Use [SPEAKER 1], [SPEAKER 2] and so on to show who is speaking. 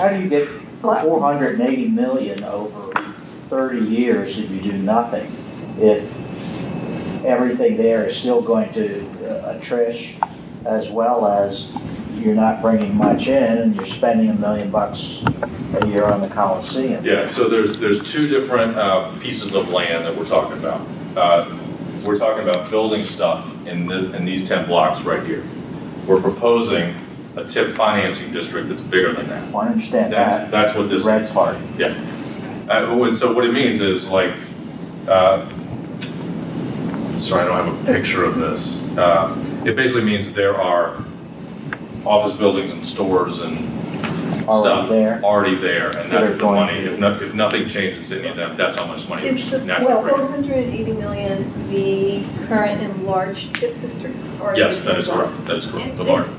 [SPEAKER 1] How do you get four hundred and eighty million over thirty years if you do nothing? If everything there is still going to uh, attrish, as well as you're not bringing much in and you're spending a million bucks a year on the Coliseum?
[SPEAKER 2] Yeah, so there's, there's two different uh, pieces of land that we're talking about. Uh, We're talking about building stuff in the, in these ten blocks right here. We're proposing a TIF financing district that's bigger than that.
[SPEAKER 1] Well, I understand
[SPEAKER 2] That's,
[SPEAKER 1] that,
[SPEAKER 2] that's what this, uh,
[SPEAKER 1] red part.
[SPEAKER 2] and so what it means is like, uh, sorry, I don't have a picture of this. Uh, It basically means there are office buildings and stores and
[SPEAKER 1] already
[SPEAKER 2] stuff
[SPEAKER 1] there.
[SPEAKER 2] already there,
[SPEAKER 1] That
[SPEAKER 2] and that's
[SPEAKER 1] are
[SPEAKER 2] the
[SPEAKER 1] going
[SPEAKER 2] money.
[SPEAKER 1] to-
[SPEAKER 2] If nothing, if nothing changes to any of them, that's how much money we
[SPEAKER 3] Is
[SPEAKER 2] just
[SPEAKER 3] the,
[SPEAKER 2] naturally
[SPEAKER 3] well,
[SPEAKER 2] bring.
[SPEAKER 3] one
[SPEAKER 2] in.
[SPEAKER 3] hundred and eighty million the current enlarged TIF district or?
[SPEAKER 2] Yes,
[SPEAKER 3] the
[SPEAKER 2] that is
[SPEAKER 3] TIF
[SPEAKER 2] correct,
[SPEAKER 3] lots?
[SPEAKER 2] that is correct, the
[SPEAKER 3] And-
[SPEAKER 2] large,